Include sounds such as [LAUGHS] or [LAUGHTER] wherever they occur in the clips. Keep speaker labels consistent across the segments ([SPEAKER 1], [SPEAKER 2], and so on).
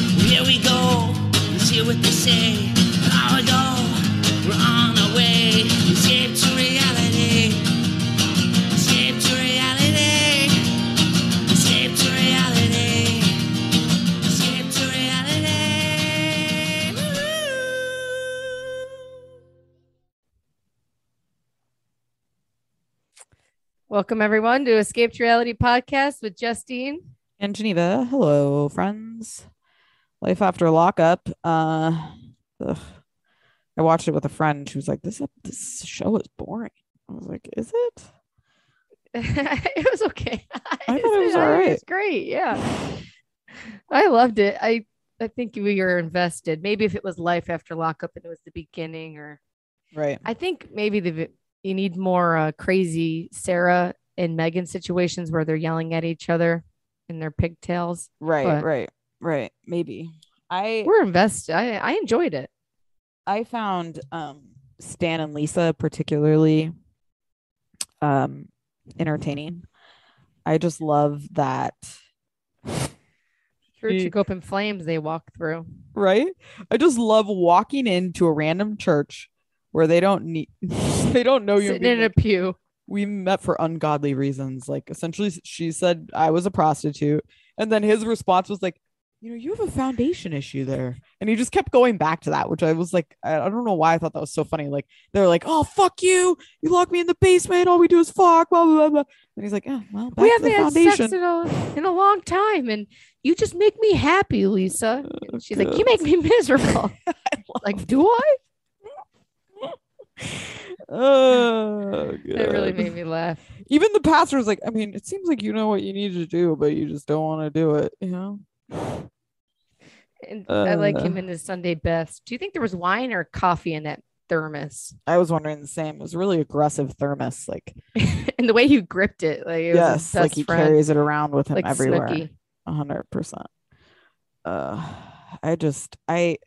[SPEAKER 1] Here we go, let's hear what they say. An hour ago, we're on our way. Escape to reality. Escape to reality. Escape to reality. Escape to reality. Woo-hoo.
[SPEAKER 2] Welcome everyone to Escape to Reality podcast with Justine. [LAUGHS]
[SPEAKER 3] And Geneva, hello, friends. Life after lockup. Uh, ugh. I watched it with a friend. and She was like, "This ep- this show is boring." I was like, "Is it?"
[SPEAKER 2] it was okay. [LAUGHS]
[SPEAKER 3] thought it was all
[SPEAKER 2] It's great. Yeah, I loved it. I I think we were invested. Maybe if it was life after lockup and it was the beginning, or
[SPEAKER 3] Right.
[SPEAKER 2] I think maybe the you need more uh, crazy Sarah and Megan situations where they're yelling at each other in their pigtails.
[SPEAKER 3] Right.
[SPEAKER 2] but-
[SPEAKER 3] Right. Right. Maybe. I
[SPEAKER 2] We're invested. I I enjoyed it.
[SPEAKER 3] I found um Stan and Lisa particularly um entertaining. I just love that.
[SPEAKER 2] Through
[SPEAKER 3] Yeah.
[SPEAKER 2] to go up in flames, they walk through.
[SPEAKER 3] right? I just love walking into a random church where they don't need [LAUGHS] they don't know you. and
[SPEAKER 2] Sitting
[SPEAKER 3] being
[SPEAKER 2] in a
[SPEAKER 3] Oh, like,
[SPEAKER 2] pew.
[SPEAKER 3] we met for ungodly reasons. Like essentially s- she said I was a prostitute and then his response was like, you know, you have a foundation issue there. And he just kept going back to that, which I was like, I I don't know why I thought that was so funny. Like they're like, oh fuck you. You lock me in the basement. All we do is fuck, blah blah blah. blah. And he's like, oh well, back
[SPEAKER 2] we
[SPEAKER 3] to the
[SPEAKER 2] haven't had
[SPEAKER 3] foundation. [LAUGHS]
[SPEAKER 2] sex in a, in a long time, and you just make me happy, Lisa.
[SPEAKER 3] Oh,
[SPEAKER 2] And she's like, you make me [LAUGHS] miserable.
[SPEAKER 3] [LAUGHS]
[SPEAKER 2] like, do I?
[SPEAKER 3] [LAUGHS]
[SPEAKER 2] [LAUGHS]
[SPEAKER 3] oh,
[SPEAKER 2] It really
[SPEAKER 3] God.
[SPEAKER 2] made me laugh.
[SPEAKER 3] even the pastor was like, I mean, it seems like you know what you need to do, but you just don't want to do it, you know?
[SPEAKER 2] And I like
[SPEAKER 3] Uh.
[SPEAKER 2] him in his Sunday best. Do you think there was wine or coffee in that thermos? [LAUGHS]
[SPEAKER 3] I was wondering the same. It was a really aggressive thermos, like
[SPEAKER 2] and the way he gripped it, like it was
[SPEAKER 3] yes,
[SPEAKER 2] his best
[SPEAKER 3] like he
[SPEAKER 2] friend,
[SPEAKER 3] carries it around with him
[SPEAKER 2] like
[SPEAKER 3] everywhere,
[SPEAKER 2] Snooki.
[SPEAKER 3] a hundred percent. Uh, I just I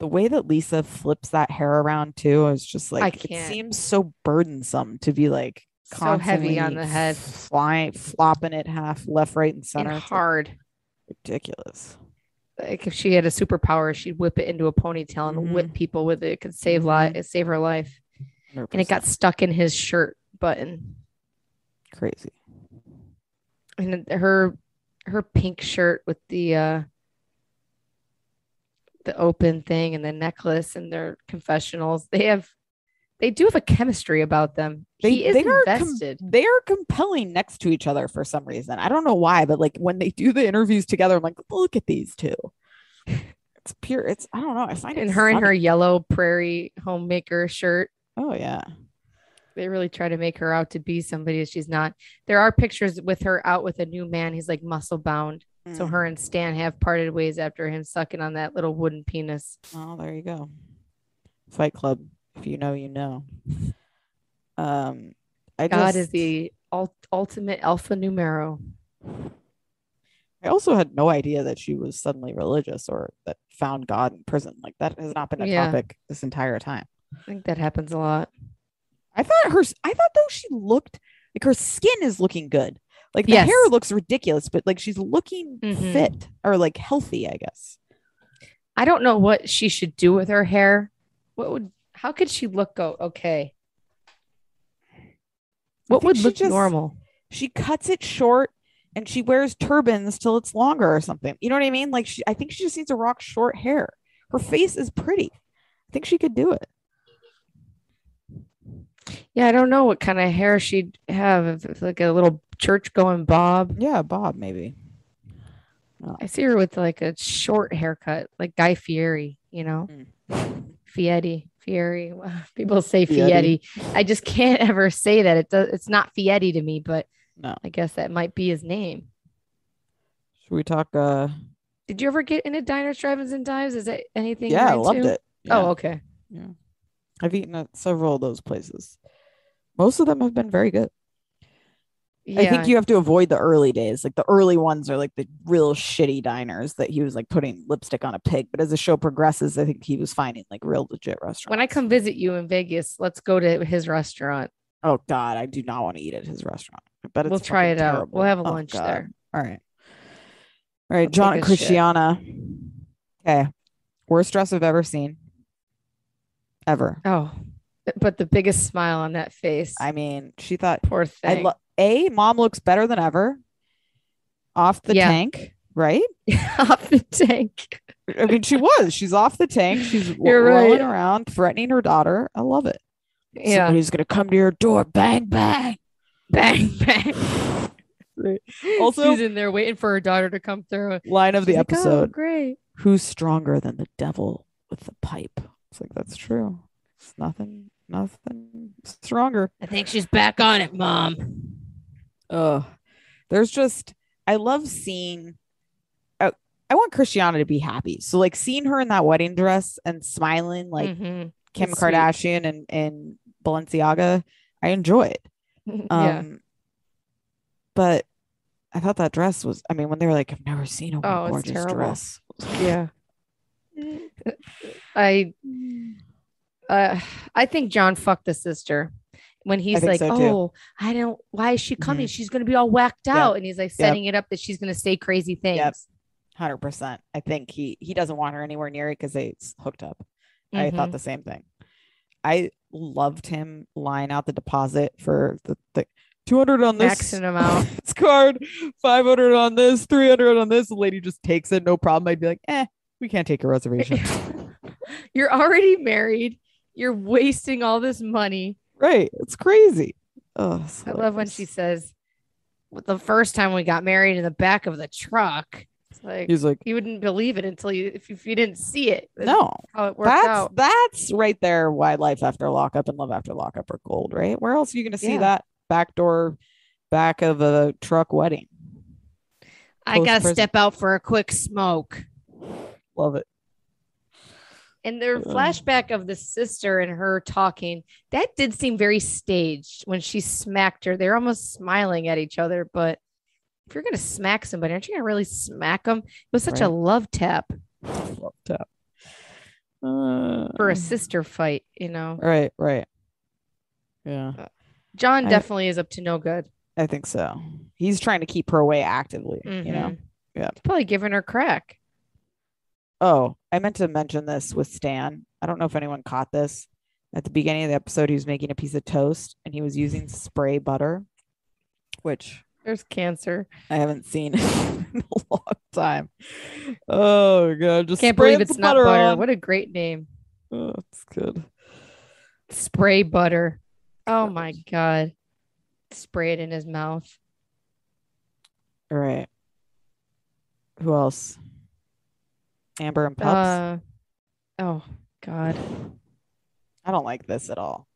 [SPEAKER 3] the way that Lisa flips that hair around too is just like it
[SPEAKER 2] can't.
[SPEAKER 3] seems so burdensome to be like
[SPEAKER 2] So heavy on
[SPEAKER 3] constantly
[SPEAKER 2] the head
[SPEAKER 3] flying, flopping it half left, right, and
[SPEAKER 2] and
[SPEAKER 3] center. It's, like,
[SPEAKER 2] hard.
[SPEAKER 3] ridiculous.
[SPEAKER 2] Like if she had a superpower, she'd whip it into a ponytail and whip
[SPEAKER 3] Mm-hmm.
[SPEAKER 2] people with it. It could save li- save her life. And it
[SPEAKER 3] 100%.
[SPEAKER 2] got stuck in his shirt button.
[SPEAKER 3] crazy.
[SPEAKER 2] and then her her pink shirt with the uh the open thing and the necklace and their confessionals they have they do have a chemistry about them he is
[SPEAKER 3] com-
[SPEAKER 2] invested
[SPEAKER 3] they are compelling next to each other for some reason. I don't know why, but like when they do the interviews together, I'm like, look at these two. It's pure. It's I don't know. I find it
[SPEAKER 2] and her in her
[SPEAKER 3] funny.
[SPEAKER 2] yellow prairie homemaker shirt
[SPEAKER 3] Oh yeah,
[SPEAKER 2] they really try to make her out to be somebody that she's not there are pictures with her out with a new man he's like muscle bound so
[SPEAKER 3] Mm.
[SPEAKER 2] her and stan have parted ways after him sucking on that little wooden penis
[SPEAKER 3] Oh, there you go. Fight Club. If you know, you know. Um, I
[SPEAKER 2] god
[SPEAKER 3] just,
[SPEAKER 2] is the ult- ultimate alpha numero
[SPEAKER 3] I also had no idea that she was suddenly religious or that found God in prison. Like that has not been a
[SPEAKER 2] Yeah.
[SPEAKER 3] topic this entire time.
[SPEAKER 2] i think that happens a lot
[SPEAKER 3] I thought her I thought though she looked like her skin is looking good. Like the
[SPEAKER 2] Yes.
[SPEAKER 3] hair looks ridiculous, but like she's looking
[SPEAKER 2] Mhm.
[SPEAKER 3] fit or like healthy, I guess.
[SPEAKER 2] I don't know what she should do with her hair. What would how could she look go okay? What
[SPEAKER 3] think
[SPEAKER 2] would
[SPEAKER 3] she
[SPEAKER 2] look
[SPEAKER 3] just-
[SPEAKER 2] normal?
[SPEAKER 3] She cuts it short and she wears turbans till it's longer or something. You know what I mean? Like she, I think she just needs to rock short hair. Her face is pretty. I think she could do it.
[SPEAKER 2] Yeah, I don't know what kind of hair she'd have if it's like a little church going bob.
[SPEAKER 3] Yeah, Bob maybe.
[SPEAKER 2] I see her with like a short haircut, like Guy Fieri, you know? Fietti, Fieri. [LAUGHS] People say
[SPEAKER 3] Hmm. Fieri.
[SPEAKER 2] Fietti. I just can't [LAUGHS] ever say that. It does it's not Fietti to me, but
[SPEAKER 3] No.
[SPEAKER 2] I guess that might be his name.
[SPEAKER 3] Should we talk uh
[SPEAKER 2] Did you ever get into diners, drive-ins, and dives? Is that anything?
[SPEAKER 3] Yeah, I
[SPEAKER 2] you're
[SPEAKER 3] loved
[SPEAKER 2] into?
[SPEAKER 3] it.
[SPEAKER 2] Oh,
[SPEAKER 3] Yeah.
[SPEAKER 2] okay.
[SPEAKER 3] I've eaten at several of those places. Most of them have been very good.
[SPEAKER 2] Yeah.
[SPEAKER 3] I think you have to avoid the early days. Like the early ones are like the real shitty diners that he was like putting lipstick on a pig. But as the show progresses, I think he was finding like real legit restaurants.
[SPEAKER 2] when I come visit you in Vegas, let's go to his restaurant.
[SPEAKER 3] oh god, I do not want to eat at his restaurant. But
[SPEAKER 2] We'll try it out.
[SPEAKER 3] Oh,
[SPEAKER 2] We'll have a lunch there.
[SPEAKER 3] All right, all right,
[SPEAKER 2] We'll
[SPEAKER 3] John
[SPEAKER 2] take
[SPEAKER 3] and
[SPEAKER 2] a shit.
[SPEAKER 3] Christiana. Okay. Worst dress I've ever seen. Ever.
[SPEAKER 2] Oh, but the biggest smile on that face.
[SPEAKER 3] I mean, she thought
[SPEAKER 2] Poor
[SPEAKER 3] I
[SPEAKER 2] thing.
[SPEAKER 3] lo- A mom looks better than ever. Off the
[SPEAKER 2] Yeah.
[SPEAKER 3] tank, right?
[SPEAKER 2] [LAUGHS] Off the tank.
[SPEAKER 3] I mean, she was. She's off the tank.
[SPEAKER 2] [LAUGHS]
[SPEAKER 3] She's w-
[SPEAKER 2] You're right.
[SPEAKER 3] rolling around, threatening her daughter. I love it.
[SPEAKER 2] Yeah.
[SPEAKER 3] Somebody's gonna come to your door. Bang bang.
[SPEAKER 2] Bang,
[SPEAKER 3] [LAUGHS]
[SPEAKER 2] bang.
[SPEAKER 3] Also-
[SPEAKER 2] she's in there waiting for her daughter to come through.
[SPEAKER 3] Line of the
[SPEAKER 2] She's like, "Oh,
[SPEAKER 3] episode.
[SPEAKER 2] great.
[SPEAKER 3] Who's stronger than the devil with the pipe? It's like that's true. It's nothing. Nothing stronger.
[SPEAKER 1] I think she's back on it, Mom.
[SPEAKER 3] Ugh. There's just I love seeing I, I want Christiana to be happy. So like seeing her in that wedding dress and smiling like
[SPEAKER 2] Mhm. [LAUGHS]
[SPEAKER 3] Kim
[SPEAKER 2] it's sweet.
[SPEAKER 3] Kardashian and, and Balenciaga, I enjoy it. Um
[SPEAKER 2] yeah.
[SPEAKER 3] but I thought that dress was I mean, when they were like, I've never seen a more
[SPEAKER 2] Oh, it's
[SPEAKER 3] gorgeous
[SPEAKER 2] terrible.
[SPEAKER 3] dress.
[SPEAKER 2] Yeah. I Mm-hmm. uh, I think John fucked the sister when he's
[SPEAKER 3] think
[SPEAKER 2] like,
[SPEAKER 3] so, too. Mm-hmm.
[SPEAKER 2] "Oh, I don't. Why is she coming? She's gonna be all whacked
[SPEAKER 3] Yep.
[SPEAKER 2] out." And he's like setting it up that she's gonna say crazy things.
[SPEAKER 3] Hundred percent. I think he he doesn't want her anywhere near it because they s- hooked up. I
[SPEAKER 2] Mm-hmm.
[SPEAKER 3] thought the same thing. I loved him lying out the deposit for the, the 200 on this
[SPEAKER 2] Mm-hmm. Maxing him out.
[SPEAKER 3] [LAUGHS] this card, 500 on this, 300 on this. The lady just takes it, no problem. I'd be like, eh, we can't take
[SPEAKER 2] [LAUGHS]
[SPEAKER 3] a reservation.
[SPEAKER 2] You're already married. You're wasting all this money.
[SPEAKER 3] right. It's crazy. Oh, it's
[SPEAKER 2] I love when
[SPEAKER 3] hilarious.
[SPEAKER 2] she says, "With "The first time we got married in the back of the truck." It's like
[SPEAKER 3] he's like,
[SPEAKER 2] you wouldn't believe it until you if, if you didn't see it. That's
[SPEAKER 3] no,
[SPEAKER 2] how it worked
[SPEAKER 3] that's
[SPEAKER 2] out.
[SPEAKER 3] that's right there why life after lockup and love after lockup are gold, right? Where else are you gonna see
[SPEAKER 2] Yeah.
[SPEAKER 3] that back door back of a truck wedding?
[SPEAKER 2] I gotta
[SPEAKER 3] post-prison.
[SPEAKER 2] step out for a quick smoke.
[SPEAKER 3] Love it.
[SPEAKER 2] And their
[SPEAKER 3] Ugh.
[SPEAKER 2] flashback of the sister and her talking, that did seem very staged when she smacked her. They're almost smiling at each other, but if you're gonna smack somebody, aren't you gonna really smack them? It was such a
[SPEAKER 3] Right.
[SPEAKER 2] love tap
[SPEAKER 3] Love tap. Uh,
[SPEAKER 2] for a sister fight, you know.
[SPEAKER 3] Right, right. Yeah,
[SPEAKER 2] John
[SPEAKER 3] I-
[SPEAKER 2] definitely is up to no good.
[SPEAKER 3] I think so. He's trying to keep her away actively, you know.
[SPEAKER 2] Mhm.
[SPEAKER 3] yeah.
[SPEAKER 2] He's probably giving her crack.
[SPEAKER 3] Oh, I meant to mention this with Stan. I don't know if anyone caught this. At the beginning of the episode, he was making a piece of toast and he was using spray butter, which
[SPEAKER 2] There's cancer.
[SPEAKER 3] I haven't seen [LAUGHS] in a long time. Oh god, just
[SPEAKER 2] Can't
[SPEAKER 3] spray
[SPEAKER 2] believe
[SPEAKER 3] the
[SPEAKER 2] it's not butter.
[SPEAKER 3] on.
[SPEAKER 2] What a great name.
[SPEAKER 3] Oh, it's good.
[SPEAKER 2] Spray butter. Oh
[SPEAKER 3] God.
[SPEAKER 2] my god. Spray it in his mouth.
[SPEAKER 3] All right. Who else? Amber and Pups.
[SPEAKER 2] Uh, oh God,
[SPEAKER 3] I don't like this at all.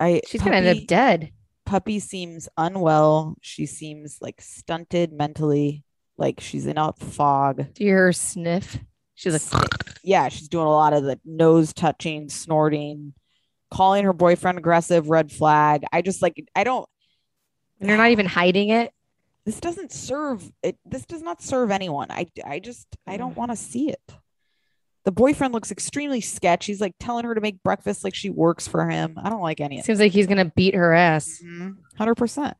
[SPEAKER 3] I
[SPEAKER 2] she's gonna end up
[SPEAKER 3] Puppy-
[SPEAKER 2] dead.
[SPEAKER 3] Puppy seems unwell. She seems like stunted mentally, like she's in a fog.
[SPEAKER 2] Do you hear her sniff? She's like,
[SPEAKER 3] Yeah, she's doing a lot of the nose touching, snorting, calling her boyfriend aggressive, red flag. I just like I don't
[SPEAKER 2] and you're not even hiding it.
[SPEAKER 3] this doesn't serve it this does not serve anyone. I I just I don't
[SPEAKER 2] Mm.
[SPEAKER 3] want to see it. The boyfriend looks extremely sketch. He's like telling her to make breakfast like she works for him. I don't like any of
[SPEAKER 2] Seems like he's gonna beat her ass.
[SPEAKER 3] 100 percent.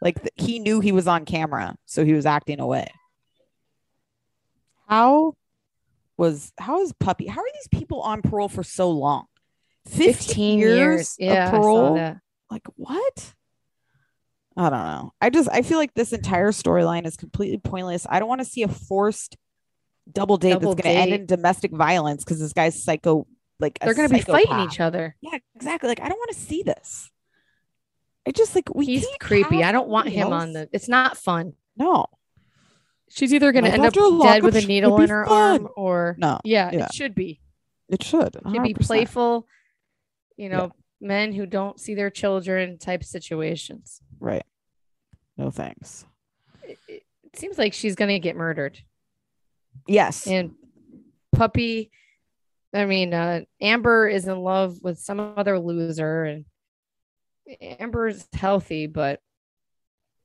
[SPEAKER 3] Like th- he knew he was on camera, so he was acting away. How was how is puppy? How are these people on parole for so long? 15,
[SPEAKER 2] Fifteen years. Yeah,
[SPEAKER 3] of
[SPEAKER 2] I saw
[SPEAKER 3] parole.
[SPEAKER 2] that.
[SPEAKER 3] Like what? I don't know. I just I feel like this entire storyline is completely pointless. I don't want to see a forced double date
[SPEAKER 2] Double
[SPEAKER 3] that's going to end
[SPEAKER 2] date.
[SPEAKER 3] in domestic violence because this guy's psycho. Like
[SPEAKER 2] They're gonna be fighting each other.
[SPEAKER 3] yeah, exactly. Like I don't want to see this. I just like we.
[SPEAKER 2] He's
[SPEAKER 3] can't
[SPEAKER 2] creepy.
[SPEAKER 3] have
[SPEAKER 2] I don't want
[SPEAKER 3] somebody
[SPEAKER 2] him on
[SPEAKER 3] else-
[SPEAKER 2] the. It's not fun.
[SPEAKER 3] No,
[SPEAKER 2] She's either gonna
[SPEAKER 3] Life
[SPEAKER 2] end up
[SPEAKER 3] after a
[SPEAKER 2] dead with
[SPEAKER 3] lockup
[SPEAKER 2] a
[SPEAKER 3] should
[SPEAKER 2] needle
[SPEAKER 3] be
[SPEAKER 2] in her arm, or
[SPEAKER 3] no,
[SPEAKER 2] yeah,
[SPEAKER 3] Yeah.
[SPEAKER 2] it should be.
[SPEAKER 3] it should.
[SPEAKER 2] It should be
[SPEAKER 3] 100%.
[SPEAKER 2] playful. You
[SPEAKER 3] Yeah.
[SPEAKER 2] know, men who don't see their children type situations.
[SPEAKER 3] Right. No thanks.
[SPEAKER 2] It, it it seems like she's gonna get murdered.
[SPEAKER 3] Yes.
[SPEAKER 2] and puppy i mean uh amber is in love with some other loser and amber's healthy but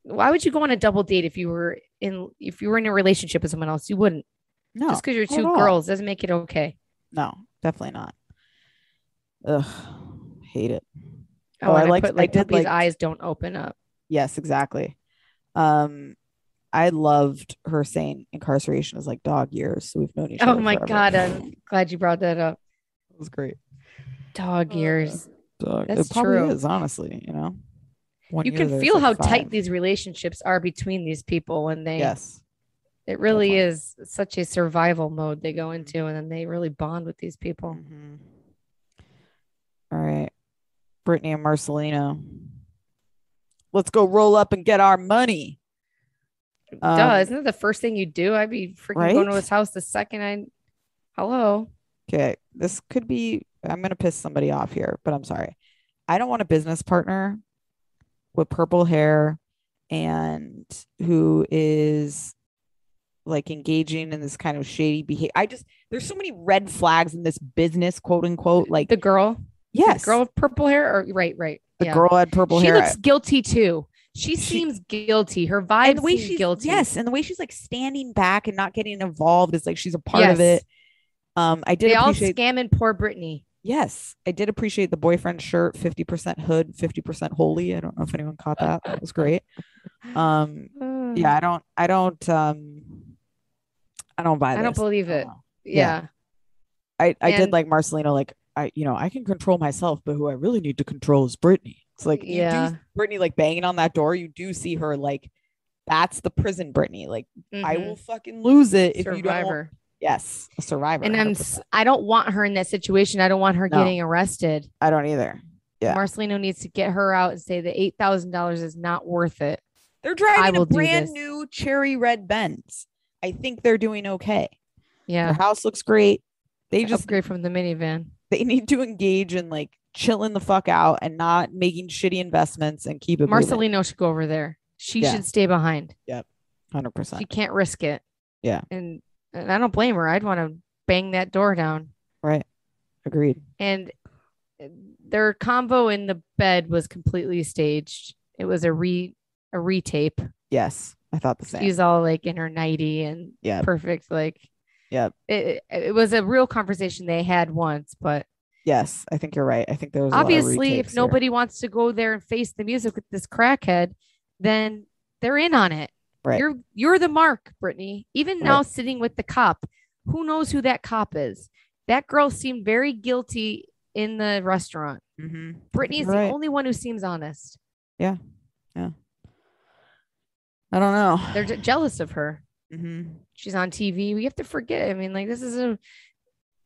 [SPEAKER 2] why would you go on a double date if you were in if you were in a relationship with someone else you wouldn't
[SPEAKER 3] no.
[SPEAKER 2] just because you're
[SPEAKER 3] not at
[SPEAKER 2] two
[SPEAKER 3] all.
[SPEAKER 2] girls doesn't make it okay
[SPEAKER 3] no. Definitely not. Ugh. Hate it.
[SPEAKER 2] oh,
[SPEAKER 3] Oh, I
[SPEAKER 2] and i,
[SPEAKER 3] liked-
[SPEAKER 2] put
[SPEAKER 3] I
[SPEAKER 2] like
[SPEAKER 3] did
[SPEAKER 2] puppy's
[SPEAKER 3] like-
[SPEAKER 2] eyes don't open up
[SPEAKER 3] Yes. Exactly. Um. I loved her saying incarceration is like dog years. So we've known each other.
[SPEAKER 2] Oh my
[SPEAKER 3] forever.
[SPEAKER 2] god, I'm glad you brought that up.
[SPEAKER 3] it was great.
[SPEAKER 2] Dog
[SPEAKER 3] Oh,
[SPEAKER 2] years.
[SPEAKER 3] Dog.
[SPEAKER 2] That's
[SPEAKER 3] it probably
[SPEAKER 2] true.
[SPEAKER 3] is, honestly. You know, One
[SPEAKER 2] You
[SPEAKER 3] year
[SPEAKER 2] can
[SPEAKER 3] there's,
[SPEAKER 2] feel
[SPEAKER 3] like,
[SPEAKER 2] how
[SPEAKER 3] five.
[SPEAKER 2] tight these relationships are between these people when they
[SPEAKER 3] Yes,
[SPEAKER 2] it really
[SPEAKER 3] definitely. Mm-hmm.
[SPEAKER 2] is such a survival mode they go into and then they really bond with these people.
[SPEAKER 3] Mhm. All right. Brittany and Marcelino. Let's go roll up and get our money.
[SPEAKER 2] Duh,
[SPEAKER 3] Um,
[SPEAKER 2] isn't it the first thing you do? I'd be freaking going
[SPEAKER 3] right?
[SPEAKER 2] to his house the second I hello.
[SPEAKER 3] Okay. This could be, I'm going to piss somebody off here, but I'm sorry. I don't want a business partner with purple hair and who is like engaging in this kind of shady behavior. I just, there's so many red flags in this business, quote unquote. Like,
[SPEAKER 2] The girl. The
[SPEAKER 3] yes,
[SPEAKER 2] girl with purple hair or right, right.
[SPEAKER 3] the
[SPEAKER 2] yeah.
[SPEAKER 3] girl had purple
[SPEAKER 2] she
[SPEAKER 3] hair.
[SPEAKER 2] looks guilty too. She,
[SPEAKER 3] She-
[SPEAKER 2] seems guilty. Her vibe
[SPEAKER 3] the way
[SPEAKER 2] seems
[SPEAKER 3] she's
[SPEAKER 2] guilty.
[SPEAKER 3] yes, and the way she's like standing back and not getting involved is like she's a part of
[SPEAKER 2] Yes.
[SPEAKER 3] it. Um, I did
[SPEAKER 2] They all
[SPEAKER 3] appreciate
[SPEAKER 2] scamming poor Brittany.
[SPEAKER 3] yes, I did appreciate the boyfriend shirt, fifty percent hood, fifty percent holy. I don't know if anyone caught that. That
[SPEAKER 2] [LAUGHS]
[SPEAKER 3] was great. Um,
[SPEAKER 2] Mm.
[SPEAKER 3] yeah, I don't, I don't, um, I don't buy.
[SPEAKER 2] I don't
[SPEAKER 3] this.
[SPEAKER 2] believe it.
[SPEAKER 3] know.
[SPEAKER 2] Yeah.
[SPEAKER 3] I, I did
[SPEAKER 2] And-
[SPEAKER 3] like Marcelino. Like I, you know, I can control myself, but who I really need to control is Brittany. It's like you do
[SPEAKER 2] Yeah.
[SPEAKER 3] Brittany like banging on that door. You do see her like. That's the prison, Brittany. Like I
[SPEAKER 2] Mhm.
[SPEAKER 3] will fucking lose it if you don't.
[SPEAKER 2] survivor.
[SPEAKER 3] Yes, a survivor.
[SPEAKER 2] and I'm
[SPEAKER 3] 100%.
[SPEAKER 2] s- I don't want her in that situation. I don't want her
[SPEAKER 3] No.
[SPEAKER 2] getting arrested.
[SPEAKER 3] I don't either. Yeah.
[SPEAKER 2] Marcelino needs to get her out and say the eight thousand dollars is not worth it.
[SPEAKER 3] They're
[SPEAKER 2] I
[SPEAKER 3] driving
[SPEAKER 2] will
[SPEAKER 3] a
[SPEAKER 2] do
[SPEAKER 3] brand
[SPEAKER 2] this.
[SPEAKER 3] new cherry red Benz. I think they're doing okay. Their
[SPEAKER 2] Yeah.
[SPEAKER 3] house looks great. They
[SPEAKER 2] Just
[SPEAKER 3] just
[SPEAKER 2] upgrade from the minivan.
[SPEAKER 3] they need to engage in like chilling the fuck out and not making shitty investments and keep it moving.
[SPEAKER 2] Marcelino should go over there. She
[SPEAKER 3] Yeah.
[SPEAKER 2] should stay behind. She
[SPEAKER 3] hundred percent.
[SPEAKER 2] can't risk it.
[SPEAKER 3] Yeah.
[SPEAKER 2] And and I don't blame her. I'd want to bang that door down.
[SPEAKER 3] Right. Agreed.
[SPEAKER 2] And uh, their convo in the bed was completely staged. It was a re a retape.
[SPEAKER 3] Yes. I thought the same.
[SPEAKER 2] She's all like in her nighty and
[SPEAKER 3] Yep.
[SPEAKER 2] perfect. Like
[SPEAKER 3] Yep.
[SPEAKER 2] It, it it was a real conversation they had once, but
[SPEAKER 3] yes. I think you're right. I think there was a lot of
[SPEAKER 2] obviously,
[SPEAKER 3] retapes
[SPEAKER 2] if
[SPEAKER 3] here.
[SPEAKER 2] nobody wants to go there and face the music with this crackhead, then they're in on it.
[SPEAKER 3] Right.
[SPEAKER 2] You're you're the mark, Brittany. Even
[SPEAKER 3] Right.
[SPEAKER 2] now, sitting with the cop, who knows who that cop is? That girl seemed very guilty in the restaurant.
[SPEAKER 3] Mhm.
[SPEAKER 2] Brittany is
[SPEAKER 3] you're right.
[SPEAKER 2] the only one who seems honest.
[SPEAKER 3] I don't know.
[SPEAKER 2] They're j- jealous of her.
[SPEAKER 3] Mhm.
[SPEAKER 2] She's on TV. We have to forget. I mean, like this is a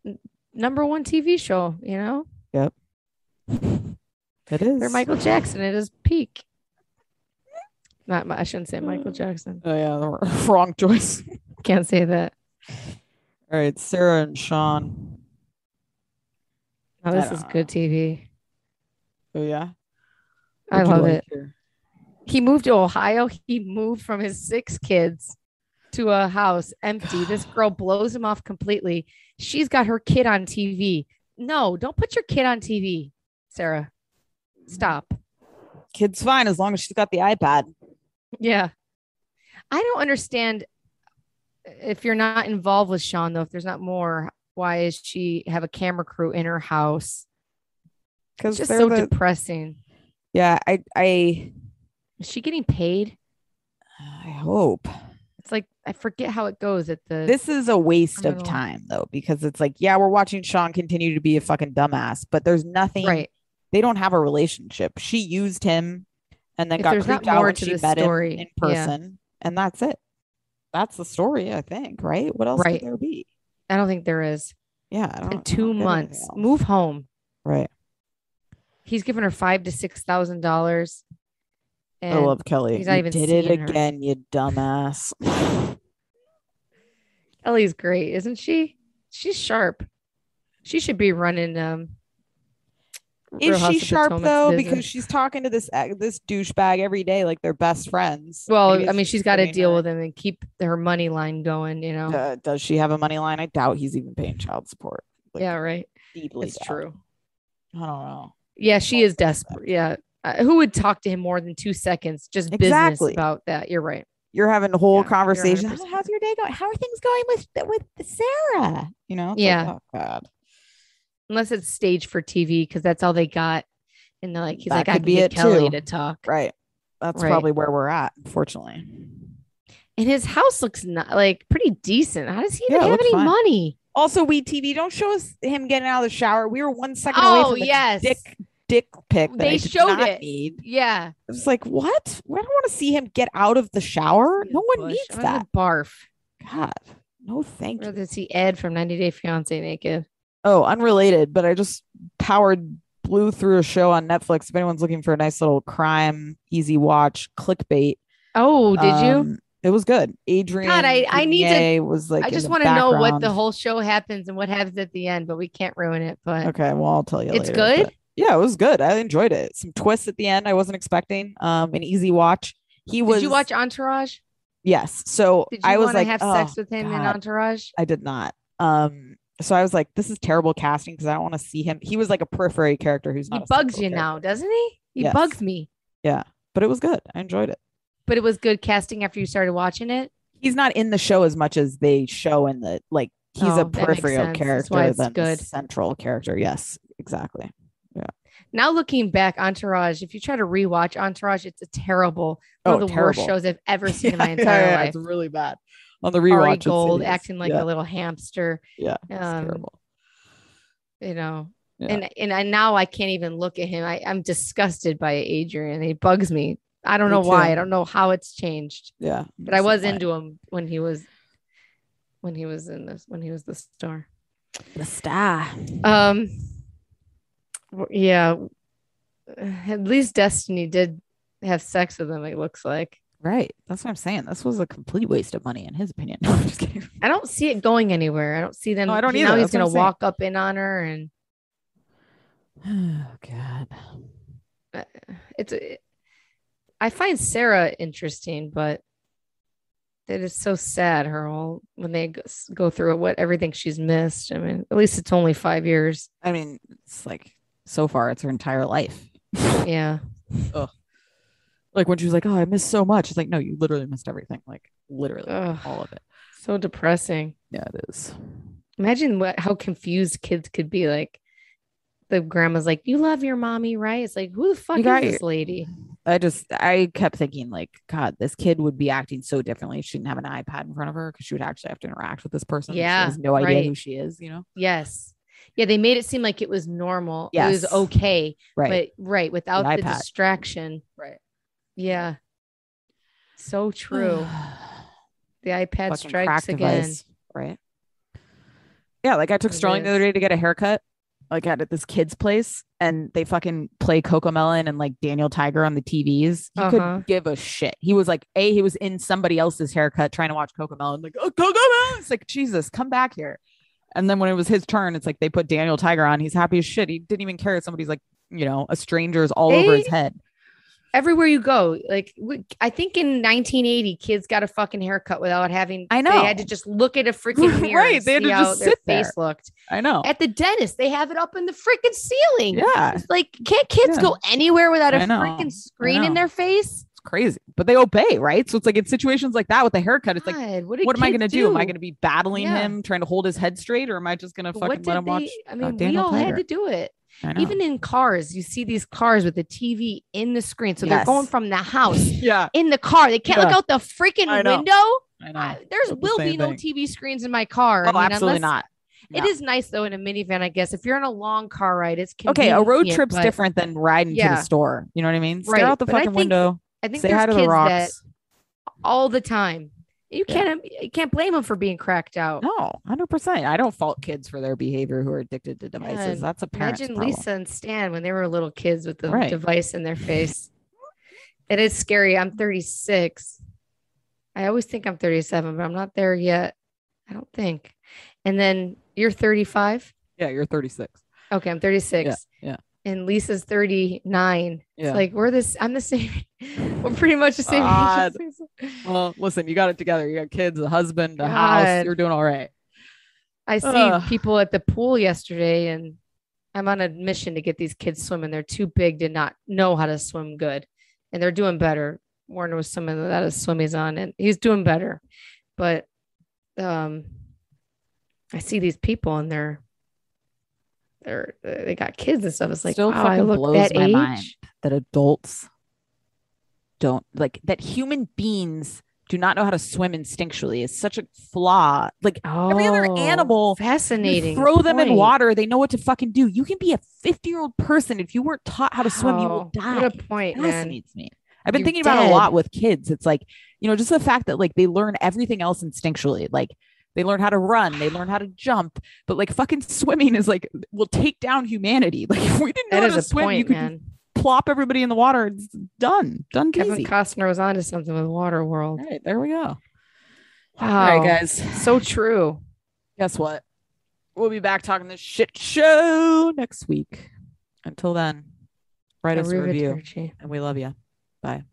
[SPEAKER 2] n- number one TV show. You know,
[SPEAKER 3] It is.
[SPEAKER 2] they're Michael Jackson at his peak. Not, my- I shouldn't say Michael Jackson.
[SPEAKER 3] Oh yeah, [LAUGHS] the wrong choice.
[SPEAKER 2] Can't say that.
[SPEAKER 3] All right, Sarah and Sean.
[SPEAKER 2] Oh,
[SPEAKER 3] I
[SPEAKER 2] this is
[SPEAKER 3] don't
[SPEAKER 2] good TV.
[SPEAKER 3] Oh yeah,
[SPEAKER 2] I
[SPEAKER 3] What'd you
[SPEAKER 2] love
[SPEAKER 3] like
[SPEAKER 2] it.
[SPEAKER 3] here?
[SPEAKER 2] He moved to Ohio. He moved from his six kids to a house
[SPEAKER 3] [SIGHS]
[SPEAKER 2] empty. This girl blows him off completely. She's got her kid on TV. No, don't put your kid on TV, Sarah. Stop.
[SPEAKER 3] Kid's fine as long as she's got the iPad.
[SPEAKER 2] Yeah. I don't understand if you're not involved with Sean, though, if there's not more, why is she have a camera crew in her house?
[SPEAKER 3] Because
[SPEAKER 2] It's just
[SPEAKER 3] they're
[SPEAKER 2] so
[SPEAKER 3] the-
[SPEAKER 2] depressing.
[SPEAKER 3] yeah, I I
[SPEAKER 2] Is she getting paid?
[SPEAKER 3] I hope
[SPEAKER 2] It's like I forget how it goes at the
[SPEAKER 3] this is a waste of
[SPEAKER 2] Criminal.
[SPEAKER 3] time though because it's like yeah we're watching Sean continue to be a fucking dumbass but there's nothing
[SPEAKER 2] right.
[SPEAKER 3] they don't have a relationship. She used him and then
[SPEAKER 2] If
[SPEAKER 3] got
[SPEAKER 2] there's not
[SPEAKER 3] creeped out
[SPEAKER 2] more
[SPEAKER 3] when
[SPEAKER 2] to
[SPEAKER 3] she
[SPEAKER 2] this
[SPEAKER 3] met
[SPEAKER 2] story,
[SPEAKER 3] him in
[SPEAKER 2] yeah.
[SPEAKER 3] person and that's it. That's the story I think right. What else
[SPEAKER 2] Right.
[SPEAKER 3] could there be?
[SPEAKER 2] I don't think there is.
[SPEAKER 3] Yeah, I don't, I
[SPEAKER 2] In
[SPEAKER 3] don't
[SPEAKER 2] two
[SPEAKER 3] get anything
[SPEAKER 2] months,
[SPEAKER 3] else.
[SPEAKER 2] move home.
[SPEAKER 3] right.
[SPEAKER 2] He's given her five to six thousand dollars.
[SPEAKER 3] I
[SPEAKER 2] And
[SPEAKER 3] love Kelly.
[SPEAKER 2] he's
[SPEAKER 3] you
[SPEAKER 2] not even
[SPEAKER 3] did it
[SPEAKER 2] seeing her.
[SPEAKER 3] again, you dumbass.
[SPEAKER 2] Ellie's great, isn't she? She's sharp. She should be running. Um, Real
[SPEAKER 3] Is
[SPEAKER 2] House
[SPEAKER 3] she
[SPEAKER 2] of
[SPEAKER 3] sharp
[SPEAKER 2] Potomac's
[SPEAKER 3] though?
[SPEAKER 2] business.
[SPEAKER 3] Because she's talking to this ex- this douchebag every day, like they're best friends.
[SPEAKER 2] well,
[SPEAKER 3] Maybe
[SPEAKER 2] I
[SPEAKER 3] it's
[SPEAKER 2] mean,
[SPEAKER 3] just
[SPEAKER 2] she's got to
[SPEAKER 3] giving
[SPEAKER 2] deal
[SPEAKER 3] her-
[SPEAKER 2] with him and keep her money line going. You know.
[SPEAKER 3] Uh, does she have a money line? I doubt he's even paying child support. Like,
[SPEAKER 2] yeah. Right.
[SPEAKER 3] deeply.
[SPEAKER 2] It's
[SPEAKER 3] doubt.
[SPEAKER 2] true.
[SPEAKER 3] I don't know.
[SPEAKER 2] Yeah, she
[SPEAKER 3] Well,
[SPEAKER 2] is desperate. Yeah. Uh, who would talk to him more than two seconds? Just
[SPEAKER 3] Exactly.
[SPEAKER 2] business about that. You're right.
[SPEAKER 3] You're having a
[SPEAKER 2] Yeah,
[SPEAKER 3] whole
[SPEAKER 2] you're
[SPEAKER 3] conversation.
[SPEAKER 2] 100%.
[SPEAKER 3] How's your day going? How are things going with with Sarah? You know? it's like,
[SPEAKER 2] Yeah.
[SPEAKER 3] oh, God.
[SPEAKER 2] Unless it's staged for TV because that's all they got. And they're like, he's
[SPEAKER 3] That
[SPEAKER 2] like, I
[SPEAKER 3] could
[SPEAKER 2] can
[SPEAKER 3] be
[SPEAKER 2] get
[SPEAKER 3] it,
[SPEAKER 2] Kelly
[SPEAKER 3] too.
[SPEAKER 2] to talk.
[SPEAKER 3] Right. That's
[SPEAKER 2] Right.
[SPEAKER 3] probably where we're at, unfortunately.
[SPEAKER 2] and his house looks not like pretty decent. How does he even
[SPEAKER 3] Yeah,
[SPEAKER 2] have
[SPEAKER 3] it looks
[SPEAKER 2] any
[SPEAKER 3] fine.
[SPEAKER 2] money?
[SPEAKER 3] Also, we TV don't show us him getting out of the shower. We were one second away
[SPEAKER 2] Oh
[SPEAKER 3] from the
[SPEAKER 2] yes,
[SPEAKER 3] dick dick pic. that I
[SPEAKER 2] They
[SPEAKER 3] did
[SPEAKER 2] showed
[SPEAKER 3] not
[SPEAKER 2] it.
[SPEAKER 3] Need.
[SPEAKER 2] yeah.
[SPEAKER 3] I was like, what? I don't want to see him get out of the shower. No one
[SPEAKER 2] Bush.
[SPEAKER 3] needs
[SPEAKER 2] I'm gonna
[SPEAKER 3] that.
[SPEAKER 2] barf.
[SPEAKER 3] God, no, thank
[SPEAKER 2] I'd
[SPEAKER 3] you.
[SPEAKER 2] rather see Ed from 90 Day Fiance naked.
[SPEAKER 3] Oh, unrelated, but I just powered blew through a show on Netflix. If anyone's looking for a nice little crime, easy watch, clickbait.
[SPEAKER 2] Oh, did you?
[SPEAKER 3] um, It was good. Adrian.
[SPEAKER 2] God, I- I need to-
[SPEAKER 3] Grenier Was like
[SPEAKER 2] I
[SPEAKER 3] in
[SPEAKER 2] just
[SPEAKER 3] the
[SPEAKER 2] want to know what the
[SPEAKER 3] background.
[SPEAKER 2] whole show happens and what happens at the end, but we can't ruin it. But
[SPEAKER 3] Okay, well, I'll tell you.
[SPEAKER 2] It's
[SPEAKER 3] later,
[SPEAKER 2] good?
[SPEAKER 3] but- Yeah, it was good. I enjoyed it. Some twists at the end I wasn't expecting. Um, an easy watch. He was.
[SPEAKER 2] did you watch Entourage?
[SPEAKER 3] Yes. So
[SPEAKER 2] Did you
[SPEAKER 3] I was
[SPEAKER 2] want
[SPEAKER 3] like,
[SPEAKER 2] to have
[SPEAKER 3] oh,
[SPEAKER 2] sex with him in
[SPEAKER 3] God.
[SPEAKER 2] Entourage?
[SPEAKER 3] I did not. Um, so I was like, this is terrible casting because I don't want to see him. He was like a periphery character who's
[SPEAKER 2] He
[SPEAKER 3] not. a
[SPEAKER 2] bugs
[SPEAKER 3] central
[SPEAKER 2] you now,
[SPEAKER 3] character.
[SPEAKER 2] doesn't he? He
[SPEAKER 3] Yes.
[SPEAKER 2] bugs me.
[SPEAKER 3] But it was good. I enjoyed it.
[SPEAKER 2] But it was good casting after you started watching it.
[SPEAKER 3] He's not in the show as much as they show in the like. He's
[SPEAKER 2] Oh,
[SPEAKER 3] a
[SPEAKER 2] that makes
[SPEAKER 3] peripheral
[SPEAKER 2] sense. That's why
[SPEAKER 3] character
[SPEAKER 2] it's
[SPEAKER 3] than
[SPEAKER 2] good.
[SPEAKER 3] central character. Yes, exactly.
[SPEAKER 2] Now looking back, Entourage. If you try to rewatch Entourage, it's a terrible, one
[SPEAKER 3] Oh,
[SPEAKER 2] of the
[SPEAKER 3] terrible.
[SPEAKER 2] worst shows I've ever seen
[SPEAKER 3] [LAUGHS]
[SPEAKER 2] in my
[SPEAKER 3] Yeah,
[SPEAKER 2] entire
[SPEAKER 3] yeah, yeah,
[SPEAKER 2] life.
[SPEAKER 3] It's really bad. On the
[SPEAKER 2] Ari
[SPEAKER 3] rewatch, it's
[SPEAKER 2] Gold
[SPEAKER 3] hideous.
[SPEAKER 2] acting like
[SPEAKER 3] yeah,
[SPEAKER 2] a little hamster,
[SPEAKER 3] yeah, it's
[SPEAKER 2] um,
[SPEAKER 3] terrible.
[SPEAKER 2] you know.
[SPEAKER 3] Yeah.
[SPEAKER 2] And and I now I can't even look at him. I, I'm disgusted by Adrian. He bugs me. I don't
[SPEAKER 3] Me
[SPEAKER 2] know why. I
[SPEAKER 3] too.
[SPEAKER 2] don't know how it's changed.
[SPEAKER 3] Yeah,
[SPEAKER 2] But I was
[SPEAKER 3] into.
[SPEAKER 2] into him when he was when he was in this when he was the star.
[SPEAKER 3] The star.
[SPEAKER 2] Um w- yeah. At least Destiny did have sex with him, it looks like.
[SPEAKER 3] right. That's what I'm saying. This was a complete waste of money, in his opinion. [LAUGHS] No, I'm just kidding. [SIGHS]
[SPEAKER 2] I don't see it going anywhere. I don't see them.
[SPEAKER 3] No, I don't
[SPEAKER 2] he-
[SPEAKER 3] either.
[SPEAKER 2] Now he's
[SPEAKER 3] That's what I'm
[SPEAKER 2] gonna
[SPEAKER 3] saying.
[SPEAKER 2] walk up in on her, and
[SPEAKER 3] Oh, God.
[SPEAKER 2] uh, it's. a- I find Sarah interesting, but that is so sad. Her whole when they go- go through what everything she's missed. I mean, at least it's only five years.
[SPEAKER 3] I mean, it's like so far, it's her entire life.
[SPEAKER 2] Yeah,
[SPEAKER 3] Like when she was like, "Oh, I missed so much." It's like, no, you literally missed everything. Like literally
[SPEAKER 2] Ugh.
[SPEAKER 3] all of it.
[SPEAKER 2] so depressing.
[SPEAKER 3] Yeah, it is.
[SPEAKER 2] Imagine what how confused kids could be. Like the grandma's like, "You love your mommy, right?" It's like, who the fuck is
[SPEAKER 3] got
[SPEAKER 2] this
[SPEAKER 3] your-
[SPEAKER 2] lady?
[SPEAKER 3] I just I kept thinking like, God, this kid would be acting so differently. if She didn't have an iPad in front of her because she would actually have to interact with this person.
[SPEAKER 2] Yeah,
[SPEAKER 3] she has no idea
[SPEAKER 2] right.
[SPEAKER 3] who she is. You know,
[SPEAKER 2] Yes. Yeah, they made it seem like it was normal. It
[SPEAKER 3] Yes.
[SPEAKER 2] was okay.
[SPEAKER 3] right?
[SPEAKER 2] but right without the,
[SPEAKER 3] iPad.
[SPEAKER 2] distraction
[SPEAKER 3] right.
[SPEAKER 2] yeah so
[SPEAKER 3] [SIGHS]
[SPEAKER 2] true the ipad
[SPEAKER 3] fucking
[SPEAKER 2] strikes
[SPEAKER 3] crack
[SPEAKER 2] again
[SPEAKER 3] device, right? Yeah, like I took
[SPEAKER 2] It
[SPEAKER 3] strolling the
[SPEAKER 2] is.
[SPEAKER 3] other day to get a haircut, like at this kid's place, and they fucking play Coco Melon and like Daniel Tiger on the TVs. He
[SPEAKER 2] Uh-huh.
[SPEAKER 3] couldn't give a shit. He was like, a he was in somebody else's haircut trying to watch Coco Melon, like oh, Coco Melon. It's like Jesus, come back here. And then when it was his turn, it's like they put Daniel Tiger on. He's happy as shit. He didn't even care. if Somebody's like, you know, a stranger's all over his
[SPEAKER 2] They-
[SPEAKER 3] head.
[SPEAKER 2] everywhere you go like we, i think in 1980 kids got a fucking haircut without having
[SPEAKER 3] I
[SPEAKER 2] they had to
[SPEAKER 3] know.
[SPEAKER 2] just look at a freaking mirror
[SPEAKER 3] [LAUGHS] Right,
[SPEAKER 2] and
[SPEAKER 3] they had to
[SPEAKER 2] see how
[SPEAKER 3] just
[SPEAKER 2] their
[SPEAKER 3] sit
[SPEAKER 2] face
[SPEAKER 3] there.
[SPEAKER 2] looked
[SPEAKER 3] I know.
[SPEAKER 2] at the dentist they have it up in the freaking ceiling
[SPEAKER 3] yeah,
[SPEAKER 2] It's like can't kids
[SPEAKER 3] Yeah.
[SPEAKER 2] go anywhere without a
[SPEAKER 3] I know, I
[SPEAKER 2] freaking screen in
[SPEAKER 3] know.
[SPEAKER 2] their face
[SPEAKER 3] it's crazy. But they obey, right? So it's like in situations like that with a haircut, it's like.
[SPEAKER 2] God, what, do
[SPEAKER 3] what am I
[SPEAKER 2] kids
[SPEAKER 3] going to do? Am I going to be battling
[SPEAKER 2] Yeah.
[SPEAKER 3] him, trying to hold his head straight, or am I just going to
[SPEAKER 2] But
[SPEAKER 3] fucking
[SPEAKER 2] what
[SPEAKER 3] let
[SPEAKER 2] did
[SPEAKER 3] him watch?
[SPEAKER 2] they- i
[SPEAKER 3] uh,
[SPEAKER 2] mean we
[SPEAKER 3] Daniel
[SPEAKER 2] all had
[SPEAKER 3] Tiger?
[SPEAKER 2] to do it
[SPEAKER 3] I know.
[SPEAKER 2] even in cars you see these cars with the tv in the screen so they're
[SPEAKER 3] Yes.
[SPEAKER 2] going from the house
[SPEAKER 3] [LAUGHS] yeah,
[SPEAKER 2] in the car they can't look
[SPEAKER 3] Yeah.
[SPEAKER 2] out the freaking
[SPEAKER 3] I know.
[SPEAKER 2] window
[SPEAKER 3] I know.
[SPEAKER 2] I- there's
[SPEAKER 3] It's the
[SPEAKER 2] will be
[SPEAKER 3] same
[SPEAKER 2] no
[SPEAKER 3] thing.
[SPEAKER 2] tv screens in my car
[SPEAKER 3] oh, absolutely
[SPEAKER 2] unless-
[SPEAKER 3] not.
[SPEAKER 2] it
[SPEAKER 3] No.
[SPEAKER 2] is nice though in a minivan i guess if you're in a long car ride it's
[SPEAKER 3] Okay, a road
[SPEAKER 2] convenient,
[SPEAKER 3] trip's
[SPEAKER 2] but
[SPEAKER 3] different than riding to
[SPEAKER 2] Yeah.
[SPEAKER 3] the store. You know what I mean?
[SPEAKER 2] Right,
[SPEAKER 3] Stare out the
[SPEAKER 2] but I
[SPEAKER 3] fucking
[SPEAKER 2] think-
[SPEAKER 3] window.
[SPEAKER 2] i think
[SPEAKER 3] Say
[SPEAKER 2] there's
[SPEAKER 3] hi to
[SPEAKER 2] kids
[SPEAKER 3] the
[SPEAKER 2] that
[SPEAKER 3] rocks.
[SPEAKER 2] all the time you
[SPEAKER 3] Yeah.
[SPEAKER 2] can't you can't blame them for being cracked out
[SPEAKER 3] No, hundred percent. I don't fault kids for their behavior who are addicted to
[SPEAKER 2] God,
[SPEAKER 3] devices. That's a parent's
[SPEAKER 2] imagine
[SPEAKER 3] problem.
[SPEAKER 2] lisa and stan when they were little kids with the
[SPEAKER 3] Right.
[SPEAKER 2] device in their face it is scary i'm 36 i always think i'm 37 but i'm not there yet i don't think and then you're 35
[SPEAKER 3] Yeah, you're 36.
[SPEAKER 2] okay i'm 36
[SPEAKER 3] yeah.
[SPEAKER 2] and lisa's 39
[SPEAKER 3] Yeah.
[SPEAKER 2] it's like we're this i'm the same [LAUGHS] we're pretty much the same
[SPEAKER 3] God.
[SPEAKER 2] age as Lisa.
[SPEAKER 3] well, listen, you got it together. You got kids, a husband, a house.
[SPEAKER 2] God.
[SPEAKER 3] You're doing all right.
[SPEAKER 2] i see
[SPEAKER 3] Ugh.
[SPEAKER 2] people at the pool yesterday and i'm on a mission to get these kids swimming they're too big to not know how to swim good and they're doing better warner was swimming without his swimmies on and he's doing better but um i see these people and they're they're they got kids and stuff it's like
[SPEAKER 3] Still
[SPEAKER 2] wow, i
[SPEAKER 3] fucking
[SPEAKER 2] look
[SPEAKER 3] blows
[SPEAKER 2] that
[SPEAKER 3] my
[SPEAKER 2] age
[SPEAKER 3] mind. that adults don't like that human beings do not know how to swim instinctually is such a flaw. Like
[SPEAKER 2] Oh,
[SPEAKER 3] every other animal, you
[SPEAKER 2] fascinating.
[SPEAKER 3] throw them in
[SPEAKER 2] point.
[SPEAKER 3] water, they know what to fucking do. You can be a 50 year old person. If you weren't taught how to swim, you will
[SPEAKER 2] Wow,
[SPEAKER 3] die.
[SPEAKER 2] What a point, man.
[SPEAKER 3] fascinates me. I've been
[SPEAKER 2] You're
[SPEAKER 3] thinking about it a lot
[SPEAKER 2] dead.
[SPEAKER 3] with kids. It's like, you know, just the fact that like they learn everything else instinctually. Like they learn how to run, they learn how to jump, but like fucking [LAUGHS] swimming is like will take down humanity. [LAUGHS] Like if we didn't know
[SPEAKER 2] That
[SPEAKER 3] how
[SPEAKER 2] is
[SPEAKER 3] to
[SPEAKER 2] a
[SPEAKER 3] swim, you
[SPEAKER 2] point,
[SPEAKER 3] could
[SPEAKER 2] man.
[SPEAKER 3] plop everybody in the water. It's done. Done
[SPEAKER 2] Kevin
[SPEAKER 3] easy.
[SPEAKER 2] Costner was onto something with Water World.
[SPEAKER 3] All right, there we go.
[SPEAKER 2] Wow,
[SPEAKER 3] All right, guys.
[SPEAKER 2] so true.
[SPEAKER 3] Guess what? We'll be back talking this shit show next week. Until then, write us a review
[SPEAKER 2] Arrivederci.
[SPEAKER 3] and we love you. Bye.